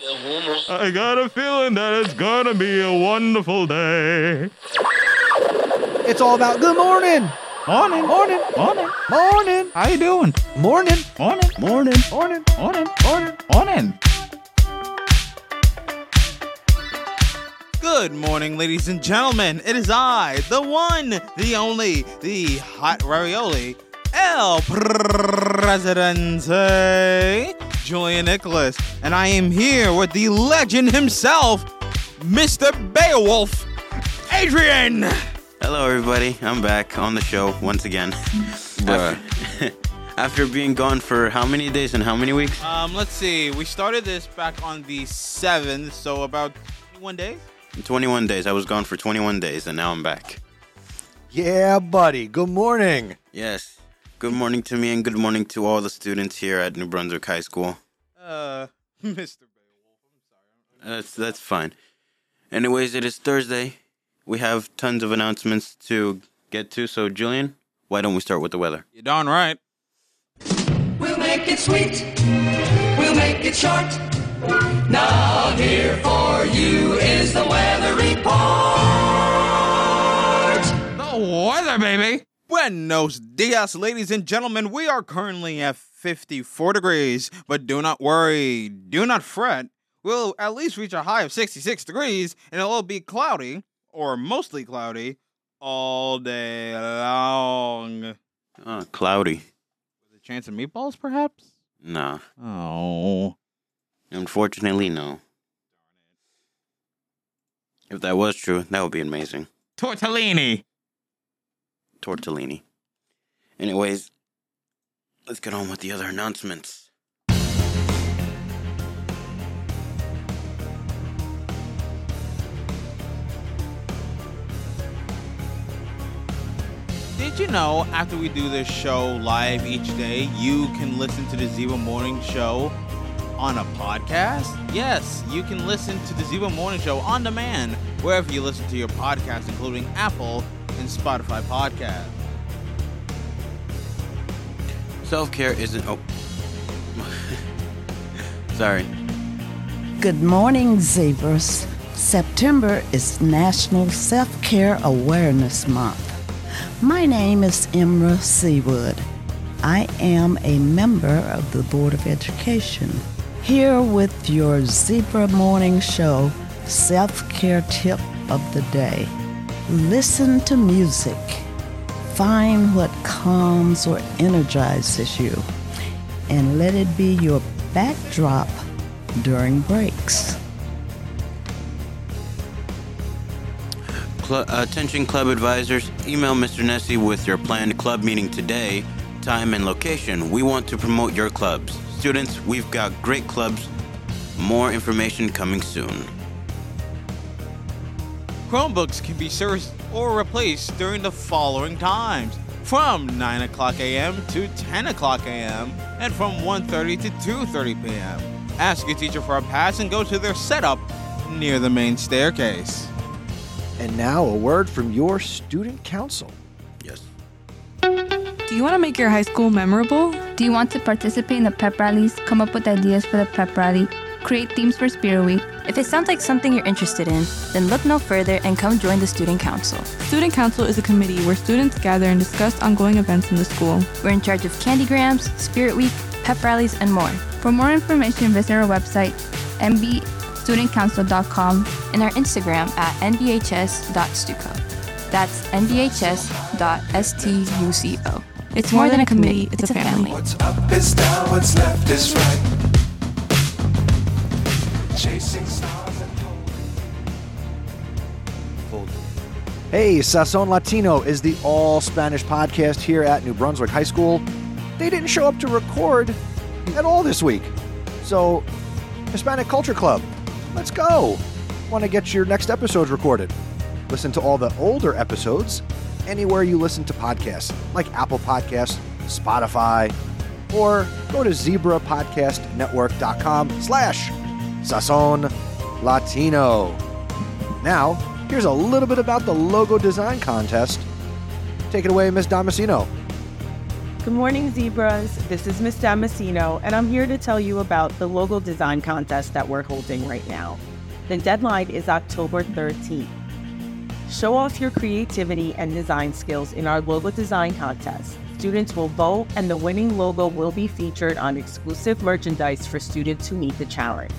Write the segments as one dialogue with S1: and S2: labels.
S1: I got a feeling that it's gonna be a wonderful day.
S2: It's all about good morning,
S1: Morning,
S2: morning,
S1: morning.
S2: morning,
S1: How you doing?
S2: morning,
S1: Morning, morning,
S2: morning.
S1: morning, morning, morning.
S3: Good morning, ladies and gentlemen. It is I, the one, the only, the hot ravioli, El Presidente, Julian Nicholas. And I am here with the legend himself, Mr. Beowulf, Adrian.
S4: Hello, everybody. I'm back on the show once again. After, after being gone for how many days and how many weeks?
S3: Um, let's see. We started this back on the 7th, so about one day.
S4: 21 days. I was gone for 21 days, and now I'm back.
S2: Yeah, buddy. Good morning.
S4: Yes. Good morning to me, and good morning to all the students here at New Brunswick High School.
S3: Uh, Mr. Beowulf, I'm sorry.
S4: That's that's fine. Anyways, it is Thursday. We have tons of announcements to get to. So, Julian, why don't we start with the weather?
S3: You're darn right.
S5: We'll make it sweet. We'll make it short. Now here for you is the weather report.
S3: The weather, baby. Buenos dias, ladies and gentlemen. We are currently at 54 degrees, but do not worry, do not fret. We'll at least reach a high of 66 degrees, and it'll be cloudy, or mostly cloudy, all day long. With
S4: Uh, cloudy.
S3: a chance of meatballs, perhaps?
S4: No.
S3: Oh.
S4: Unfortunately, no. If that was true, that would be amazing.
S1: Tortellini.
S4: Tortellini. Anyways, let's get on with the other announcements.
S3: Did you know after we do this show live each day, you can listen to the Ziva Morning Show on a podcast? Yes, you can listen to the Ziva Morning Show on demand wherever you listen to your podcast, including Apple and Spotify podcast.
S4: Self care isn't. Oh. Sorry.
S6: Good morning, zebras. September is National Self Care Awareness Month. My name is Emra Seawood. I am a member of the Board of Education. Here with your Zebra Morning Show self care tip of the day listen to music. Find what calms or energizes you and let it be your backdrop during breaks.
S4: Cl- attention club advisors, email Mr. Nessie with your planned club meeting today, time and location. We want to promote your clubs. Students, we've got great clubs. More information coming soon.
S3: Chromebooks can be serviced or replaced during the following times from 9 o'clock a.m. to 10 o'clock a.m. and from 1.30 to 2.30 p.m. Ask your teacher for a pass and go to their setup near the main staircase.
S2: And now a word from your student council.
S4: Yes.
S7: Do you want to make your high school memorable?
S8: Do you want to participate in the pep rallies? Come up with ideas for the pep rally. Create themes for Spirit Week.
S9: If it sounds like something you're interested in, then look no further and come join the Student Council.
S7: Student Council is a committee where students gather and discuss ongoing events in the school.
S9: We're in charge of Candygrams, Spirit Week, pep rallies, and more.
S8: For more information, visit our website, mbstudentcouncil.com.
S9: And our Instagram at nbhs.stuco. That's nbhs.stuco. It's more than a committee, it's a family.
S5: What's up is down, what's left is right. Chasing stars and
S2: Hey, Sazon Latino is the all Spanish podcast here at New Brunswick High School. They didn't show up to record at all this week. So, Hispanic Culture Club, let's go. Want to get your next episodes recorded? Listen to all the older episodes anywhere you listen to podcasts, like Apple Podcasts, Spotify, or go to zebrapodcastnetwork.com slash Sazon Latino. Now, here's a little bit about the logo design contest. Take it away, Miss Damasino.
S10: Good morning, zebras. This is Miss Damasino, and I'm here to tell you about the logo design contest that we're holding right now. The deadline is October 13th. Show off your creativity and design skills in our logo design contest. Students will vote, and the winning logo will be featured on exclusive merchandise for students who meet the challenge.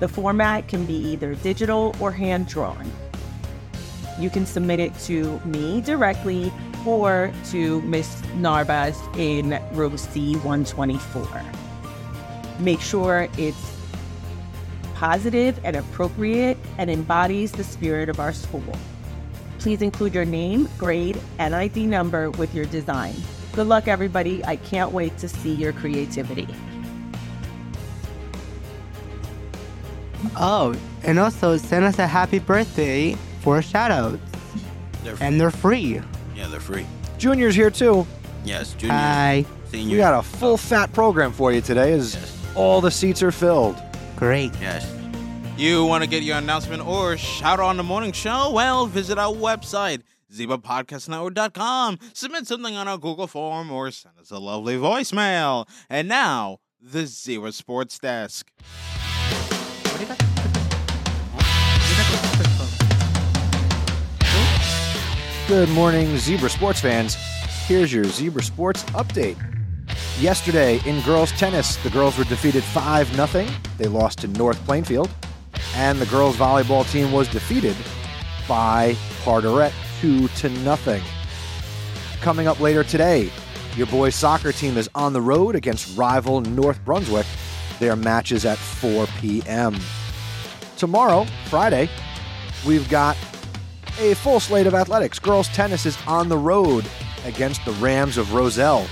S10: The format can be either digital or hand drawn. You can submit it to me directly or to Miss Narvas in row C 124. Make sure it's positive and appropriate and embodies the spirit of our school. Please include your name, grade, and ID number with your design. Good luck, everybody. I can't wait to see your creativity.
S11: Oh, and also send us a happy birthday for shoutouts.
S4: They're
S11: and they're free.
S4: Yeah, they're free.
S2: Junior's here too.
S4: Yes, junior.
S11: Hi.
S4: Senior.
S2: We got a full fat program for you today as all the seats are filled.
S11: Great.
S4: Yes.
S3: You want to get your announcement or shout out on the morning show? Well, visit our website, zebapodcastnetwork.com. Submit something on our Google form or send us a lovely voicemail. And now, the Zebra Sports Desk.
S2: Good morning, Zebra Sports fans. Here's your Zebra Sports update. Yesterday in girls tennis, the girls were defeated 5 0. They lost to North Plainfield. And the girls volleyball team was defeated by Carteret 2 to nothing. Coming up later today, your boys soccer team is on the road against rival North Brunswick. Their match is at 4 p.m. Tomorrow, Friday, we've got a full slate of athletics. Girls tennis is on the road against the Rams of Roselle.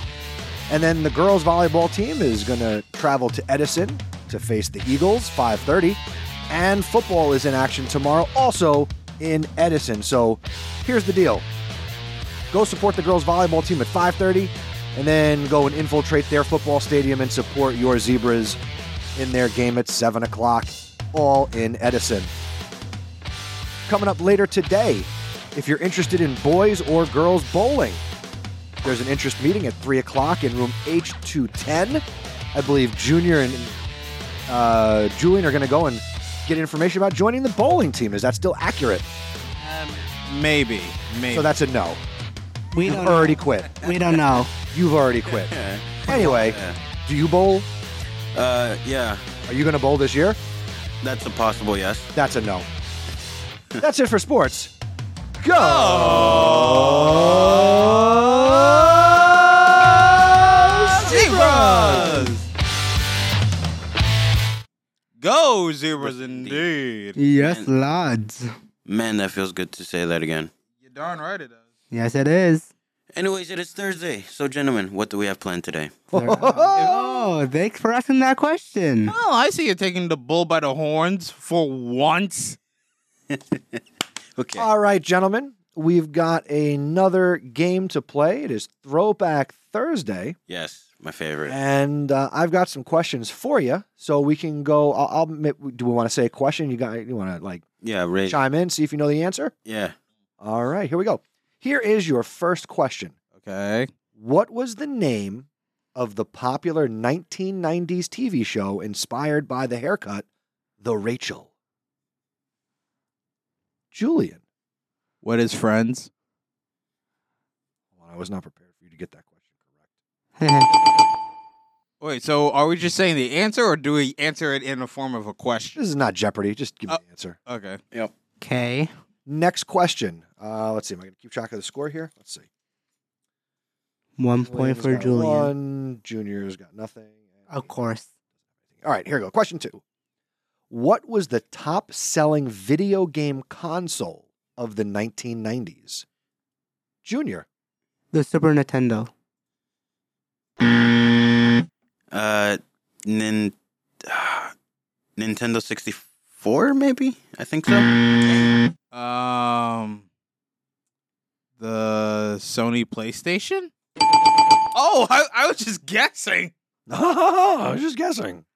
S2: And then the girls volleyball team is going to travel to Edison to face the Eagles 5:30. And football is in action tomorrow also in Edison. So, here's the deal. Go support the girls volleyball team at 5:30 and then go and infiltrate their football stadium and support your Zebras in their game at 7 o'clock, all in Edison coming up later today. If you're interested in boys or girls bowling, there's an interest meeting at 3 o'clock in room H210. I believe Junior and uh, Julian are going to go and get information about joining the bowling team. Is that still accurate?
S3: Maybe. Maybe.
S2: So that's a no.
S11: We
S2: You've
S11: don't
S2: already quit.
S11: We don't know.
S2: You've already quit.
S4: Yeah.
S2: Anyway,
S4: Yeah.
S2: do you bowl?
S4: Uh, yeah,
S2: Are you going to bowl this year?
S4: that's a possible yes.
S2: That's a no. That's it for sports. Go!
S3: Zebras! Go, Zebras, indeed.
S11: Yes, lads.
S4: Man, that feels good to say that again.
S3: You're darn right it does.
S11: Yes, it is.
S4: Anyways, it is Thursday. So, gentlemen, what do we have planned today?
S11: oh, thanks for asking that question.
S3: Well, I see you taking the bull by the horns for once.
S4: Okay.
S2: All right, gentlemen, we've got another game to play. It is Throwback Thursday,
S4: yes, my favorite.
S2: and uh, I've got some questions for you, so we can go. I'll, I'll ma- do we want to say a question? You got? You want to like
S4: Yeah, Ray.
S2: chime in, see if you know the answer?
S4: Yeah.
S2: All right, here we go. Here is your first question.
S3: Okay.
S2: What was the name of the popular 1990s TV show inspired by the haircut, The Rachel? Julian.
S3: What is friends?
S2: Well, I was not prepared for you to get that question correct.
S3: Wait, so are we just saying the answer or do we answer it in the form of a question?
S2: This is not Jeopardy. Just give me
S3: Uh,
S2: the answer.
S3: Okay.
S11: okay.
S2: Next question. Uh, let's see. Am I going to keep track of the score here? Let's see.
S11: One point
S2: Julian's
S11: for
S2: got
S11: Julian.
S2: One junior's got nothing.
S11: Of course.
S2: All right, here we go. Question two. What was the top selling video game console of the 1990s? Junior.
S11: The Super Nintendo.
S4: Uh, nin- uh, Nintendo 64, maybe? I think so.
S3: Um the Sony PlayStation? Oh, I, I was just guessing.
S2: I was just guessing.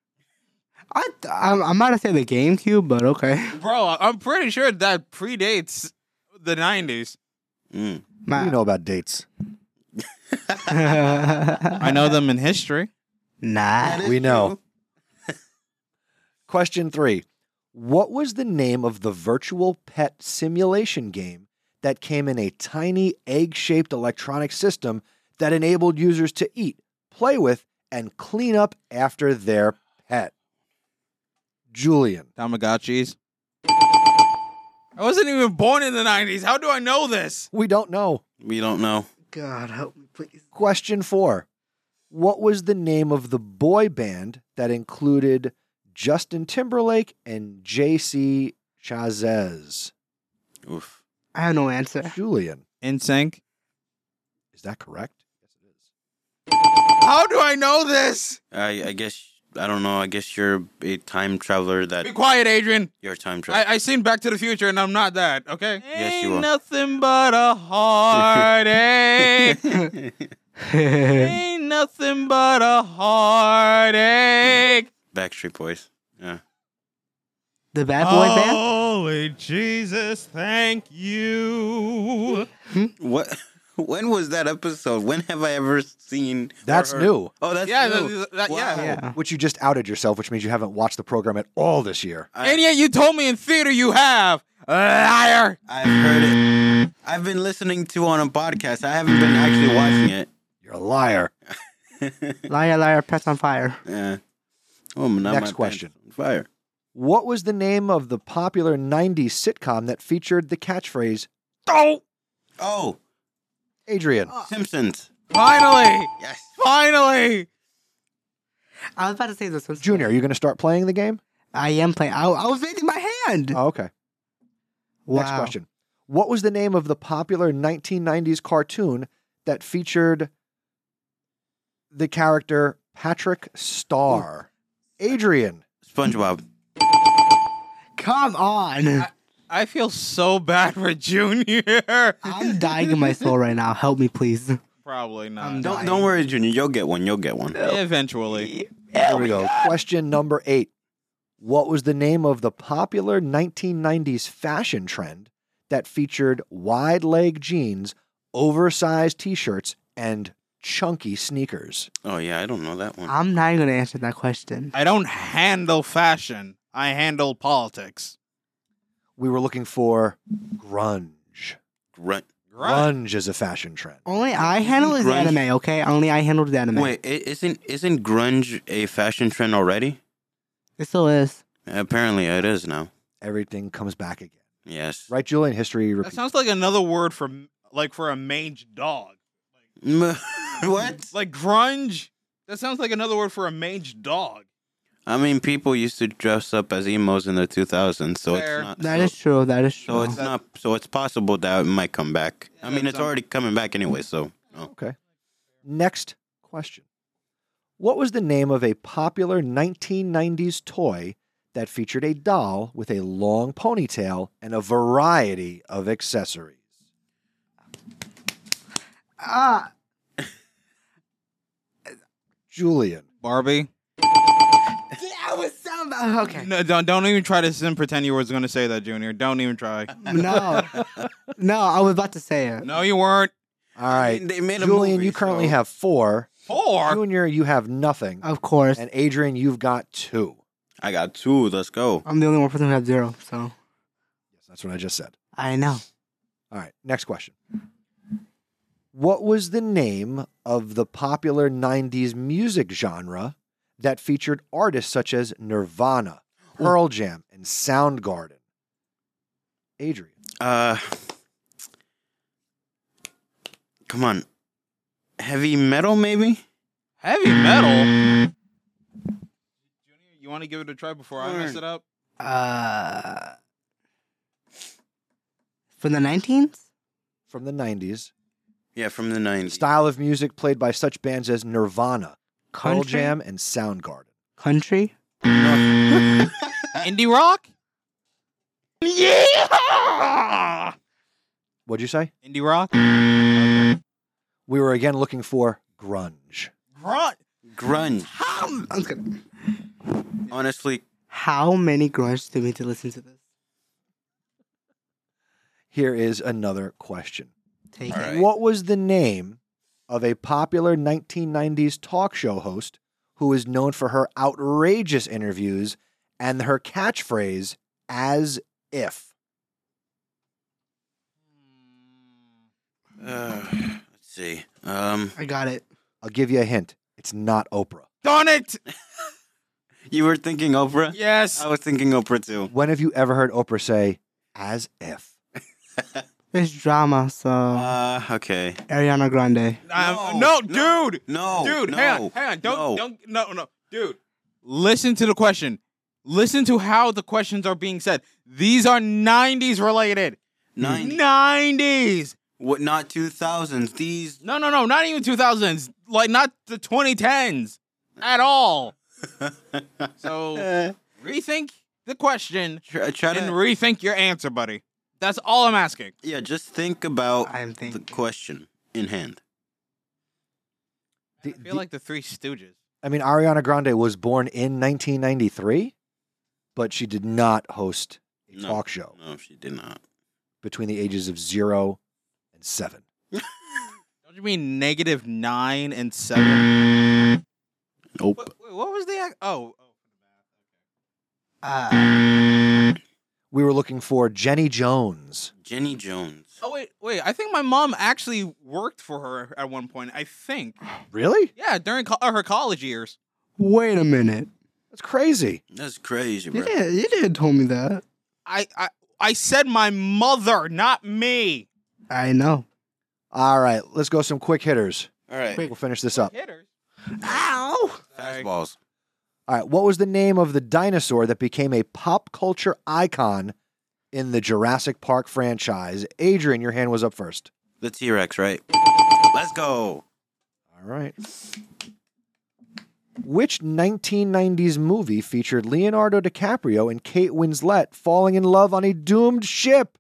S11: I, th- I'm, I'm about to say the GameCube, but okay.
S3: Bro, I- I'm pretty sure that predates the 90s.
S4: Mm.
S11: My,
S2: you know about dates.
S3: I know them in history.
S11: Nah.
S2: We know. Question three What was the name of the virtual pet simulation game that came in a tiny egg shaped electronic system that enabled users to eat, play with, and clean up after their pet? Julian.
S3: Tamagotchis. I wasn't even born in the 90s. How do I know this?
S2: We don't know.
S4: We don't know.
S11: God help me, please.
S2: Question four What was the name of the boy band that included Justin Timberlake and JC Chazez?
S4: Oof.
S11: I have no answer.
S2: Julian,
S3: In sync.
S2: is that correct?
S3: How do I know this?
S4: I, I guess I don't know. I guess you're a time traveler. That
S3: Be quiet, Adrian.
S4: you're a time traveler.
S3: I, I seen Back to the Future, and I'm not that. Okay.
S4: Yes, you
S3: Ain't
S4: are.
S3: nothing but a heartache. Ain't nothing but a heartache.
S4: Backstreet Boys. Yeah.
S11: the bad boy band?
S1: Holy Jesus, thank you.
S4: What? When was that episode? When have I ever seen? or
S2: That's
S4: heard-
S2: new.
S4: Oh, that's
S3: Yeah,
S4: new.
S3: that- that-
S4: Wow.
S3: yeah.
S11: Yeah.
S2: Which you just outed yourself, which means you haven't watched the program at all this year.
S4: I-
S3: and yet you told me in theater you have. Liar.
S4: I've heard it. I've been listening to on a podcast. I haven't been actually watching it.
S2: You're a liar.
S11: Liar, liar, press on fire.
S4: Yeah. Oh, now
S2: Next
S4: my
S2: question.
S4: pants on Fire.
S2: What was the name of the popular 90s sitcom that featured the catchphrase,
S4: Oh,
S2: Adrian?
S11: Ah.
S4: Simpsons.
S3: Finally.
S4: Yes.
S3: Finally.
S11: I was about to say this one.
S2: Junior, are you going to start playing the game?
S11: I am playing. I, I was raising my hand.
S2: Oh, okay. Next
S11: Wow.
S2: question. What was the name of the popular 1990s cartoon that featured the character Patrick Starr? Adrian,
S4: SpongeBob.
S11: Come on.
S3: I feel so bad for Junior.
S11: I'm dying in my soul right now. Help me, please.
S3: Probably not.
S11: I'm
S4: Don't don't worry, Junior. You'll get one. You'll get one.
S3: Eventually.
S2: there we go. Question number eight. What was the name of the popular 1990s fashion trend that featured wide leg jeans, oversized t shirts, and chunky sneakers?
S4: Oh yeah, I don't know that one.
S11: I'm not even going to answer that question.
S3: I don't handle fashion. I handle politics.
S2: We were looking for grunge.
S4: Run.
S2: Grunge is a fashion trend.
S11: Only I handle is
S4: Grunge.
S11: anime, okay? Only I handle is anime.
S4: Wait, i- isn't isn't grunge a fashion trend already?
S11: It still is.
S4: Apparently, it is now.
S2: Everything comes back again.
S4: Yes.
S2: Right, Julian? History
S3: That
S2: repeats.
S3: sounds like another word for like for a mange dog.
S4: M- what?
S3: Like grunge. That sounds like another word for a mange dog.
S4: I mean, people used to dress up as emos in the 2000s, so
S3: Fair.
S4: it's not.
S11: That
S4: so,
S11: is true. That is
S4: So
S11: true.
S4: it's not. So it's possible that it might come back. I mean,
S3: that's
S4: it's
S3: un-
S4: already coming back anyway. So. Oh.
S2: Okay. Next question. What was the name of a popular 1990s toy that featured a doll with a long ponytail and a variety of accessories?
S11: Ah,
S2: Julian,
S3: Barbie.
S11: yeah, I was sound. uh, Okay.
S3: No, don't don't even try to sit and pretend you was gonna say that, Junior. Don't even try.
S11: No. No, I was about to say it.
S3: No, you weren't.
S2: all right.
S4: mean, they made a
S2: Julian,
S4: movie,
S2: you currently
S4: so-
S2: have four.
S3: Four.
S2: Junior, you have nothing.
S11: Of course.
S2: And Adrian, you've got two.
S4: I got two. Let's go.
S11: I'm the only one person who has zero, so
S2: Yes, that's what I just said.
S11: I know.
S2: All right, next question. What was the name of the popular 90s music genre that featured artists such as Nirvana, Pearl Jam, and Soundgarden? Adrian,
S4: Uh. Come on. Heavy metal, maybe.
S3: Heavy metal. Junior, you want to give it a try before I mess
S4: Alright.
S3: it up?
S11: Uh, from the 19th?
S2: from the 90s,
S4: Yeah, from the 90s.
S2: style of music played by such bands as Nirvana, Pearl
S11: Country?
S2: Jam, and Soundgarden.
S11: Country?
S3: Indie rock.
S2: What'd you say?
S3: Indie rock.
S2: We were again looking for grunge.
S3: Grunt.
S4: Grunge.
S11: How, I'm gonna-
S4: Honestly,
S11: how many grunge do we need to listen to this?
S2: Here is another question.
S11: Take
S4: All
S11: it.
S4: right.
S2: What was the name of a popular 1990s talk show host who is known for her outrageous interviews and her catchphrase, as if.
S4: Uh, let's see. Um,
S11: I got it.
S2: I'll give you a hint. It's not Oprah.
S3: Darn it!
S4: You were thinking Oprah?
S3: Yes.
S4: I was thinking Oprah too.
S2: When have you ever heard Oprah say, as if?
S11: It's drama, so
S4: Uh, okay.
S11: Ariana Grande.
S3: Um, no, dude.
S4: No,
S3: dude.
S4: no,
S3: hang on, hang on. Don't,
S4: no.
S3: don't, no, no, dude. Listen to the question. Listen to how the questions are being said. These are '90s related.
S4: Nine.
S3: '90s.
S4: What? Not two thousands. These.
S3: No, no, no. Not even 2000s. Like not the 2010s at all. so rethink the question
S4: Try, uh, try
S3: and
S4: to.
S3: rethink your answer, buddy. That's all I'm asking.
S4: yeah, just think about
S11: I'm
S4: the
S11: thinking.
S4: question in hand.
S2: The-
S3: I
S2: the-
S3: feel like the Three Stooges.
S2: I mean, Ariana Grande was born in 1993, but she did not host a
S4: No.
S2: talk show
S4: No, she did not.
S2: between the ages of zero and seven.
S3: Don't you mean negative nine and seven?
S4: Nope.
S3: what, wait, what was the? ac- Oh, oh.
S11: Uh,
S2: We were looking for Jenny Jones.
S4: Jenny Jones.
S3: Oh wait, wait. I think my mom actually worked for her at one point. I think.
S2: Really?
S3: Yeah, during co- uh, her college years.
S11: wait a minute.
S2: That's crazy.
S4: That's crazy,
S11: You
S4: bro.
S11: didn't, you didn't tell me that.
S3: I I I said my mother, not me.
S11: I know.
S2: All right, let's go some quick hitters.
S4: All right.
S11: Wait.
S2: We'll finish this up.
S3: Hitters.
S11: Ow!
S4: Fastballs.
S2: All right, what was the name of the dinosaur that became a pop culture icon in the Jurassic Park franchise? Adrian, your hand was up first.
S4: The T Rex, right? Let's go.
S2: All right. Which 1990s movie featured Leonardo DiCaprio and Kate Winslet falling in love on a doomed ship?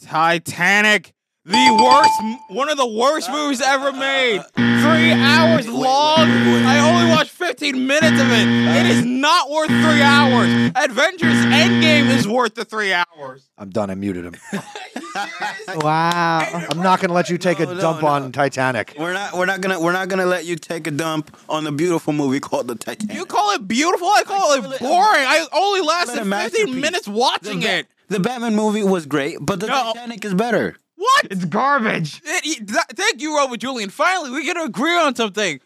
S3: Titanic, the worst, m- one of the worst movies ever made. Three hours
S4: Wait, wait,
S3: long.
S4: wait, wait, wait.
S3: I only watched 15 minutes of it. It is not worth three hours. Avengers Endgame is worth the three hours.
S2: I'm done. I muted him.
S11: Wow.
S2: I'm not going to let you take a
S4: No, no,
S2: dump
S4: no.
S2: on Titanic.
S4: We're not. We're not gonna. We're not gonna let you take a dump on a beautiful movie called The Titanic.
S3: You call it beautiful? I call it boring. I only lasted
S4: a
S3: 15
S4: masterpiece.
S3: minutes
S4: the,
S3: watching
S4: Ba-
S3: it.
S4: the Batman movie was great, but the
S3: No.
S4: Titanic is better.
S3: What?
S1: It's garbage.
S3: It- it- that- thank you, Robert Julian. Finally, we can agree on something.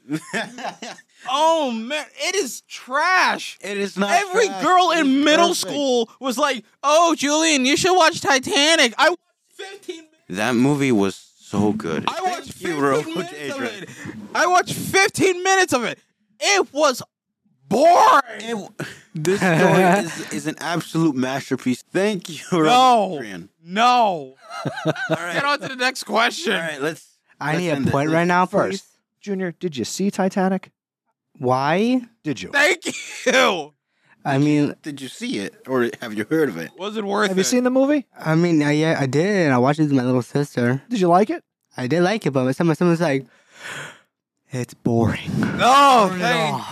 S3: oh man, it is trash.
S4: It is not.
S3: Every
S4: trash.
S3: girl
S4: It
S3: in
S4: is
S3: middle
S4: perfect.
S3: school was like, "Oh, Julian, you should watch Titanic." I watched 15 minutes.
S4: That movie was so good.
S3: I watched
S4: Thank you,
S3: 15
S4: Ro-
S3: minutes of
S4: Adrian.
S3: it. I watched 15 minutes of it. It was boring.
S4: It- this story is, is an absolute masterpiece. Thank you, Ro-
S3: No.
S4: Adrian.
S3: No.
S4: All
S3: Get
S4: right.
S3: on to the next question.
S4: All right. Let's.
S11: I
S4: let's
S11: need a
S4: end it.
S11: point right now
S2: First.
S11: first.
S2: Junior, did you see Titanic?
S11: Why?
S2: Did you?
S3: Thank you.
S11: I mean,
S4: Did you see it or have you heard of it?
S3: Was it worth
S2: Have
S3: it?
S2: you seen the movie?
S11: I mean, I, yeah, I did. I watched it with my little sister.
S2: Did you like it?
S11: I did like it, but someone, someone's like, it's boring.
S3: No,
S11: Turn it off.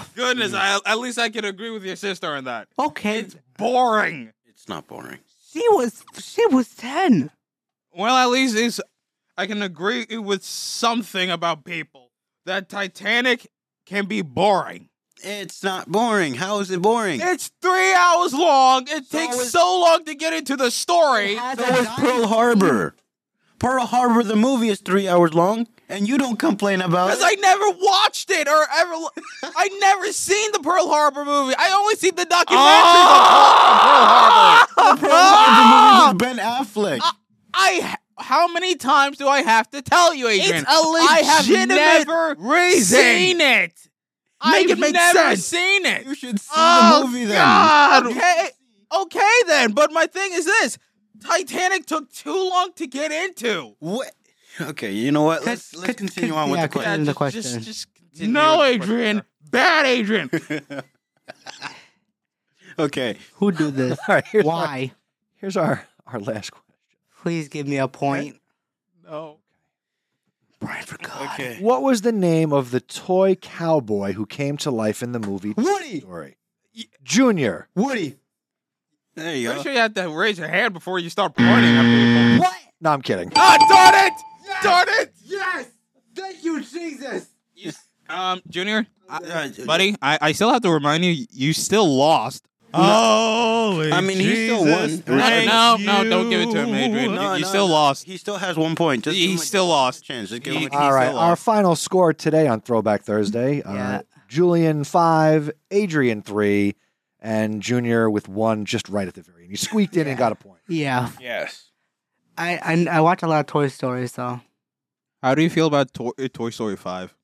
S3: thank goodness. I, at least I can agree with your sister on that.
S11: Okay,
S3: It's boring.
S4: It's not boring.
S11: she was she was ten.
S3: Well, at least it's, I can agree with something about people that Titanic can be boring.
S4: It's not boring. How is it boring?
S3: It's three hours long. It
S4: So
S3: takes
S4: is-
S3: so long to get into the story.
S4: So is Pearl Harbor. Pearl Harbor, the movie, is three hours long, and you don't complain about it.
S3: Because I never watched it or ever, I never seen the Pearl Harbor movie. I only seen the documentaries
S4: Oh!
S3: on Pearl- on Pearl Harbor.
S4: Pearl Harbor movie with Ben Affleck.
S3: I how many times do I have to tell you, Adrian?
S11: a
S3: I have
S11: legitimate
S3: never
S11: reason.
S3: seen it. I've
S11: Make it make
S3: never
S11: sense.
S3: seen it.
S4: you should see
S3: Oh,
S4: the movie then.
S3: God. Okay, okay then. But my thing is this: Titanic took too long to get into.
S4: What? Okay, you know what? Let's
S11: Could-
S4: let's
S11: could-
S4: continue
S11: could-
S4: on with
S11: yeah,
S4: the question.
S11: End the
S3: just- just-
S11: question.
S3: just continue
S1: No,
S3: with the
S1: Adrian.
S3: question. Bad Adrian.
S4: Okay,
S11: Who do this?
S2: All right, here's Our,
S11: Why?
S2: here's our, our last question.
S11: Please give me a point.
S3: no.
S11: Brian for God.
S4: okay.
S2: What was the name of the toy cowboy who came to life in the movie Toy
S11: Woody!
S2: Story? Junior.
S11: Woody.
S4: There you
S3: Pretty
S4: go.
S3: sure you have to raise your hand before you
S11: Mm.
S3: start pointing at people.
S11: What?
S2: No, I'm kidding.
S3: Ah, darn it! Darn it!
S11: Yes. There Thank you, Jesus.
S3: Um, Junior, I, buddy, I, I still have to remind you, you still lost.
S1: Holy
S4: I mean, he still won.
S3: Right. No, no, don't give it to him, Adrian. you you still lost.
S4: He still has one point. Just
S3: He still lost.
S4: Chance. Just give
S3: He-
S4: him a
S2: All right,
S4: still
S2: our final score today on Throwback Thursday. Uh, Julian five, Adrian three, and Junior with one just right at the very end. You squeaked in and got a point.
S11: Yeah,
S4: Yes.
S11: I, I I watch a lot of Toy Story, so
S3: How do you feel about Toy, uh, Toy Story 5?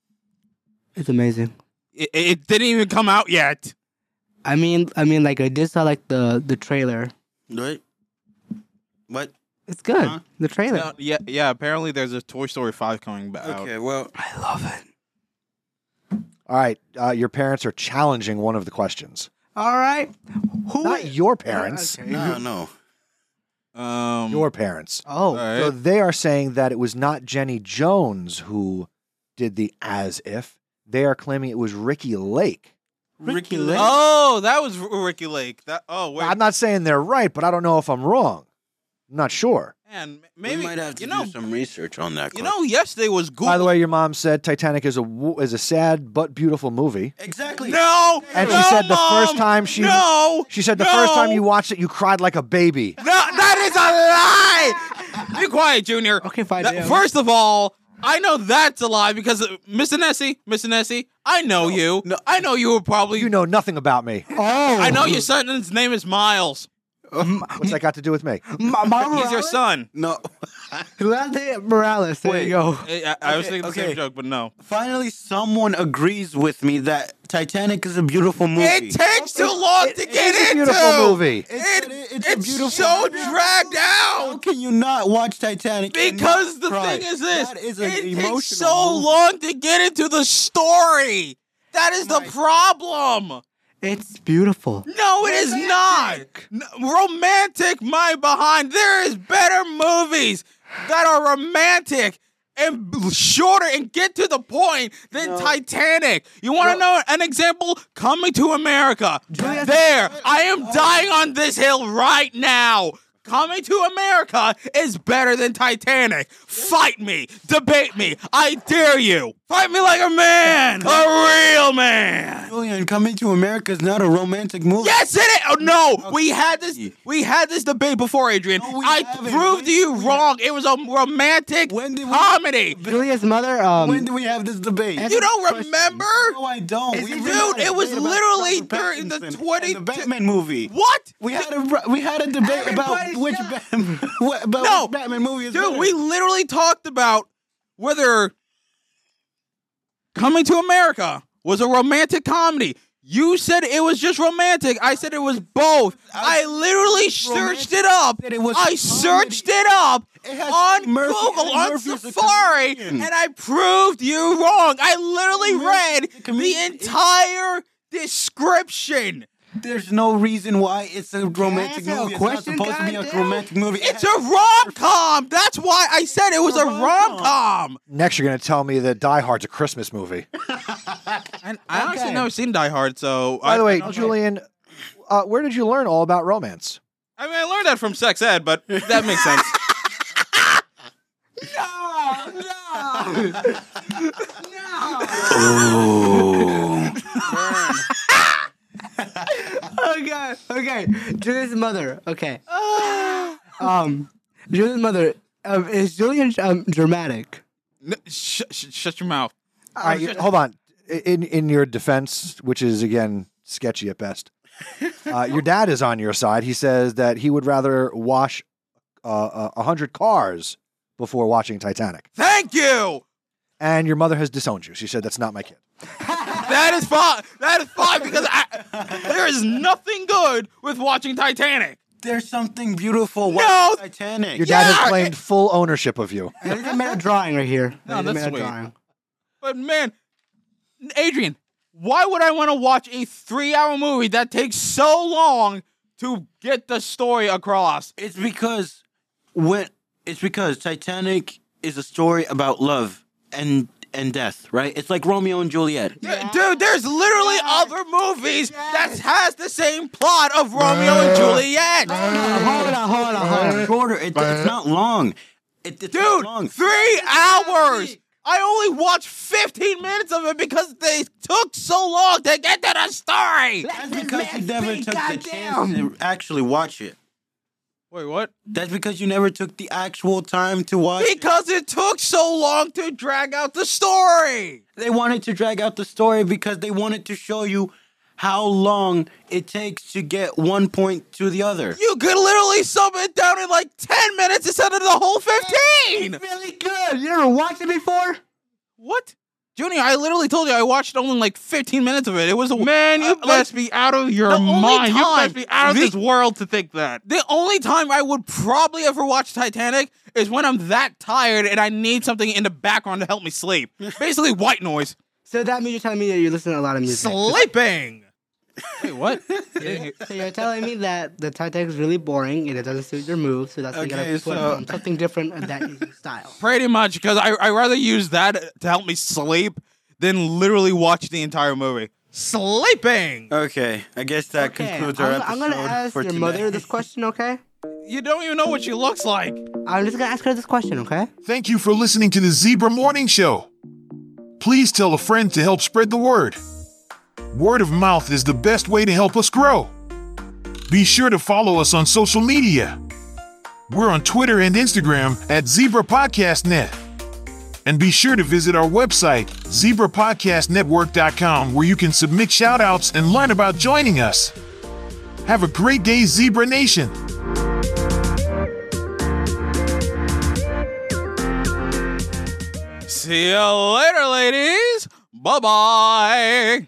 S11: it's amazing.
S3: It, it didn't even come out yet.
S11: I mean, I mean, like I did saw like the the trailer.
S4: Right. What?
S11: It's good.
S4: Huh?
S11: The trailer.
S3: No, Uh, yeah, yeah, apparently there's a Toy Story 5 coming back. out.
S4: Okay, well,
S11: I love it.
S2: All right, uh, your parents are challenging one of the questions.
S11: All right. Who? Uh,
S2: Not your parents,
S11: Okay.
S4: no, no.
S3: Um,
S2: your parents.
S11: Oh,
S3: alright.
S2: So they are saying that it was not Jenny Jones who did the as if. They are claiming it was Ricky Lake.
S4: Ricky Lake.
S3: Oh, that was R- Ricky Lake. That oh wait,
S2: I'm not saying they're right, but I don't know if I'm wrong. I'm not sure.
S3: man,
S4: Maybe
S3: maybe
S4: we might have to
S3: you know,
S4: do some research on that.
S3: you
S4: question.
S3: know, yesterday was Google.
S2: By the way, your mom said Titanic is a wo- is a sad but beautiful movie.
S4: exactly.
S3: no,
S2: And
S3: no,
S2: she said the first
S3: Mom!
S2: time she
S3: no,
S2: she said the
S3: no,
S2: first time you watched it, you cried like a baby.
S3: no, that is a lie. Be quiet, Junior.
S11: Okay, fine.
S3: That-
S11: yeah.
S3: first of all, I know that's a lie because uh, Mr. Nessie, Mr. Nessie, I know you.
S4: no.
S3: I know you were probably.
S2: You know nothing about me.
S3: Uh,
S11: Oh,
S3: I know your son's name is Miles.
S2: What's that got to do with me?
S11: Ma- Mama
S3: He's your
S11: Morales?
S3: son.
S4: No.
S11: Lante Morales. There
S4: Wait.
S11: you go.
S3: I, Eh, I- I was
S4: Okay,
S3: thinking the same
S4: okay.
S3: joke, but no.
S4: Finally, someone agrees with me that Titanic is a beautiful movie.
S3: It takes too long to get
S2: It's a
S3: into.
S2: beautiful movie.
S4: It's-
S3: It-
S4: it-
S3: it's
S4: it's a beautiful
S3: so
S4: movie.
S3: dragged
S4: How
S3: out.
S4: can you not watch Titanic? and
S3: Because
S4: not
S3: the
S4: cry?
S3: thing is this:
S4: that is an
S3: it
S4: emotional
S3: takes so
S4: movie.
S3: long to get into the story. That is the problem.
S11: It's beautiful.
S3: No, it is not. N- romantic, my behind. There is better movies that are romantic and b- shorter and get to the point than Titanic. You want to know an example? Coming to America. there, I am dying on this hill right now. Coming to America is better than Titanic. Fight me, debate me. I dare you. Fight me like a man, a real man.
S4: Julian, Coming to America is not a romantic movie.
S3: Yes, it is. Oh, no, we had this. We had this debate before, Adrian.
S4: No, we
S3: I
S4: haven't.
S3: proved
S4: When-
S3: you wrong. It was a romantic
S4: When did we-
S3: comedy.
S11: Julia's mother. Um,
S4: when do we have this debate?
S11: As-
S3: You don't
S11: Question.
S3: remember?
S4: no, I don't.
S11: Is
S4: We
S11: it-
S4: even
S11: Dude,
S4: had a
S3: it was
S4: debate about
S3: literally
S4: Robert
S3: during the
S4: Pattinson and
S3: 20
S4: the Batman movie.
S3: What?
S4: We had a we had a debate
S11: Everybody
S4: about which
S11: shut
S4: Batman, what, about
S3: No.
S4: which Batman movie is
S3: Dude,
S4: better.
S3: we literally talked about whether Coming to America was a romantic comedy. You said it was just romantic. I said it was both. I, literally searched it up.
S4: said it was
S3: I
S4: comedy.
S3: searched it up
S4: It has
S3: on
S4: Murphy-
S3: Google,
S4: Eddie
S3: on
S4: Murphy is a
S3: Safari,
S4: comedian.
S3: and I proved you wrong. I literally
S4: Murphy is a
S3: read the
S4: comedian.
S3: entire description.
S4: There's no reason why it's a romantic
S11: answer a
S4: movie.
S11: question,
S4: it's not supposed to be a
S11: goddamn?
S4: romantic movie. It
S3: It's a
S4: has-
S3: rom com. That's why I said it was a rom com.
S2: Next, you're going to tell me that Die Hard's a Christmas movie.
S3: And I honestly never seen Die Hard, so
S2: By
S3: I-
S2: the
S3: I
S2: way,
S3: don't know.
S2: Julian, uh, where did you learn all about romance?
S3: I mean, I learned that from sex ed, but that makes sense.
S11: okay, Oh, okay. Julia's mother. Okay. um, Julia's mother. Um, is Julian um dramatic?
S3: N- sh- sh- shut your mouth.
S2: All right, you- hold on. I- In in your defense, which is again sketchy at best, uh, your dad is on your side. He says that he would rather wash a uh, uh, hundred cars before watching Titanic,
S3: Thank you.
S2: and your mother has disowned you. She said that's not my kid.
S3: That is fine. That is fine because I, there is nothing good with watching Titanic.
S4: There's something beautiful. Watch
S3: No.
S4: Titanic.
S2: Your dad
S3: Yeah,
S2: has claimed full ownership of you.
S11: I just made a drawing right here.
S3: No,
S11: I just
S3: that's
S11: made a
S3: sweet.
S11: drawing.
S3: But man, Adrian, why would I want to watch a three-hour movie that takes so long to get the story across?
S4: It's because when it's because Titanic is a story about love and and death, right? It's like Romeo and Juliet.
S3: Dude, there's literally other movies that has the same plot of Romeo and Juliet.
S11: Hold on, hold on, hold on.
S4: It's shorter. It, it's not long. It, it's not
S3: Dude,
S4: long.
S3: three hours. I only watched 15 minutes of it because they took so long to get to the story.
S4: That's because you never took the chance to actually watch it.
S3: Wait, what?
S4: That's because you never took the actual time to watch it.
S3: Because it took so long to drag out the story.
S4: They wanted to drag out the story because they wanted to show you how long it takes to get one point to the other.
S3: You could literally sum it down in like 10 minutes instead of the whole 15.
S11: really good. You never watched it before?
S3: What? Junior, I literally told you I watched only like 15 minutes of it. It was a
S1: Man, you
S3: uh,
S1: must be out of your
S3: the only
S1: mind. You
S3: time-
S1: must be out of
S3: the-
S1: this world to think that.
S3: The only time I would probably ever watch Titanic is when I'm that tired and I need something in the background to help me sleep. Basically, white noise.
S11: So that means you're telling me that you listen to a lot of music.
S3: Sleeping. Wait, what?
S11: so you're telling me that the Titanic is really boring and it doesn't suit your mood, so that's why you
S3: Okay,
S11: gotta put
S3: so-
S11: on something different of that music style.
S3: Pretty much, because I I rather use that to help me sleep than literally watch the entire movie.
S4: Uh,
S3: Sleeping.
S4: Okay, I guess that concludes our
S11: I'm,
S4: episode
S11: I'm gonna ask
S4: for
S11: your
S4: today.
S11: mother this question, okay?
S3: You don't even know what she looks like.
S11: I'm just gonna ask her this question, okay?
S12: Thank you for listening to the Zebra Morning Show. Please tell a friend to help spread the word. Word of mouth is the best way to help us grow. Be sure to follow us on social media. We're on Twitter and Instagram at Zebra Podcast Net. And be sure to visit our website, zebrapodcastnetwork.com, where you can submit shoutouts and learn about joining us. Have a great day, Zebra Nation!
S3: See you later, ladies. Bye bye.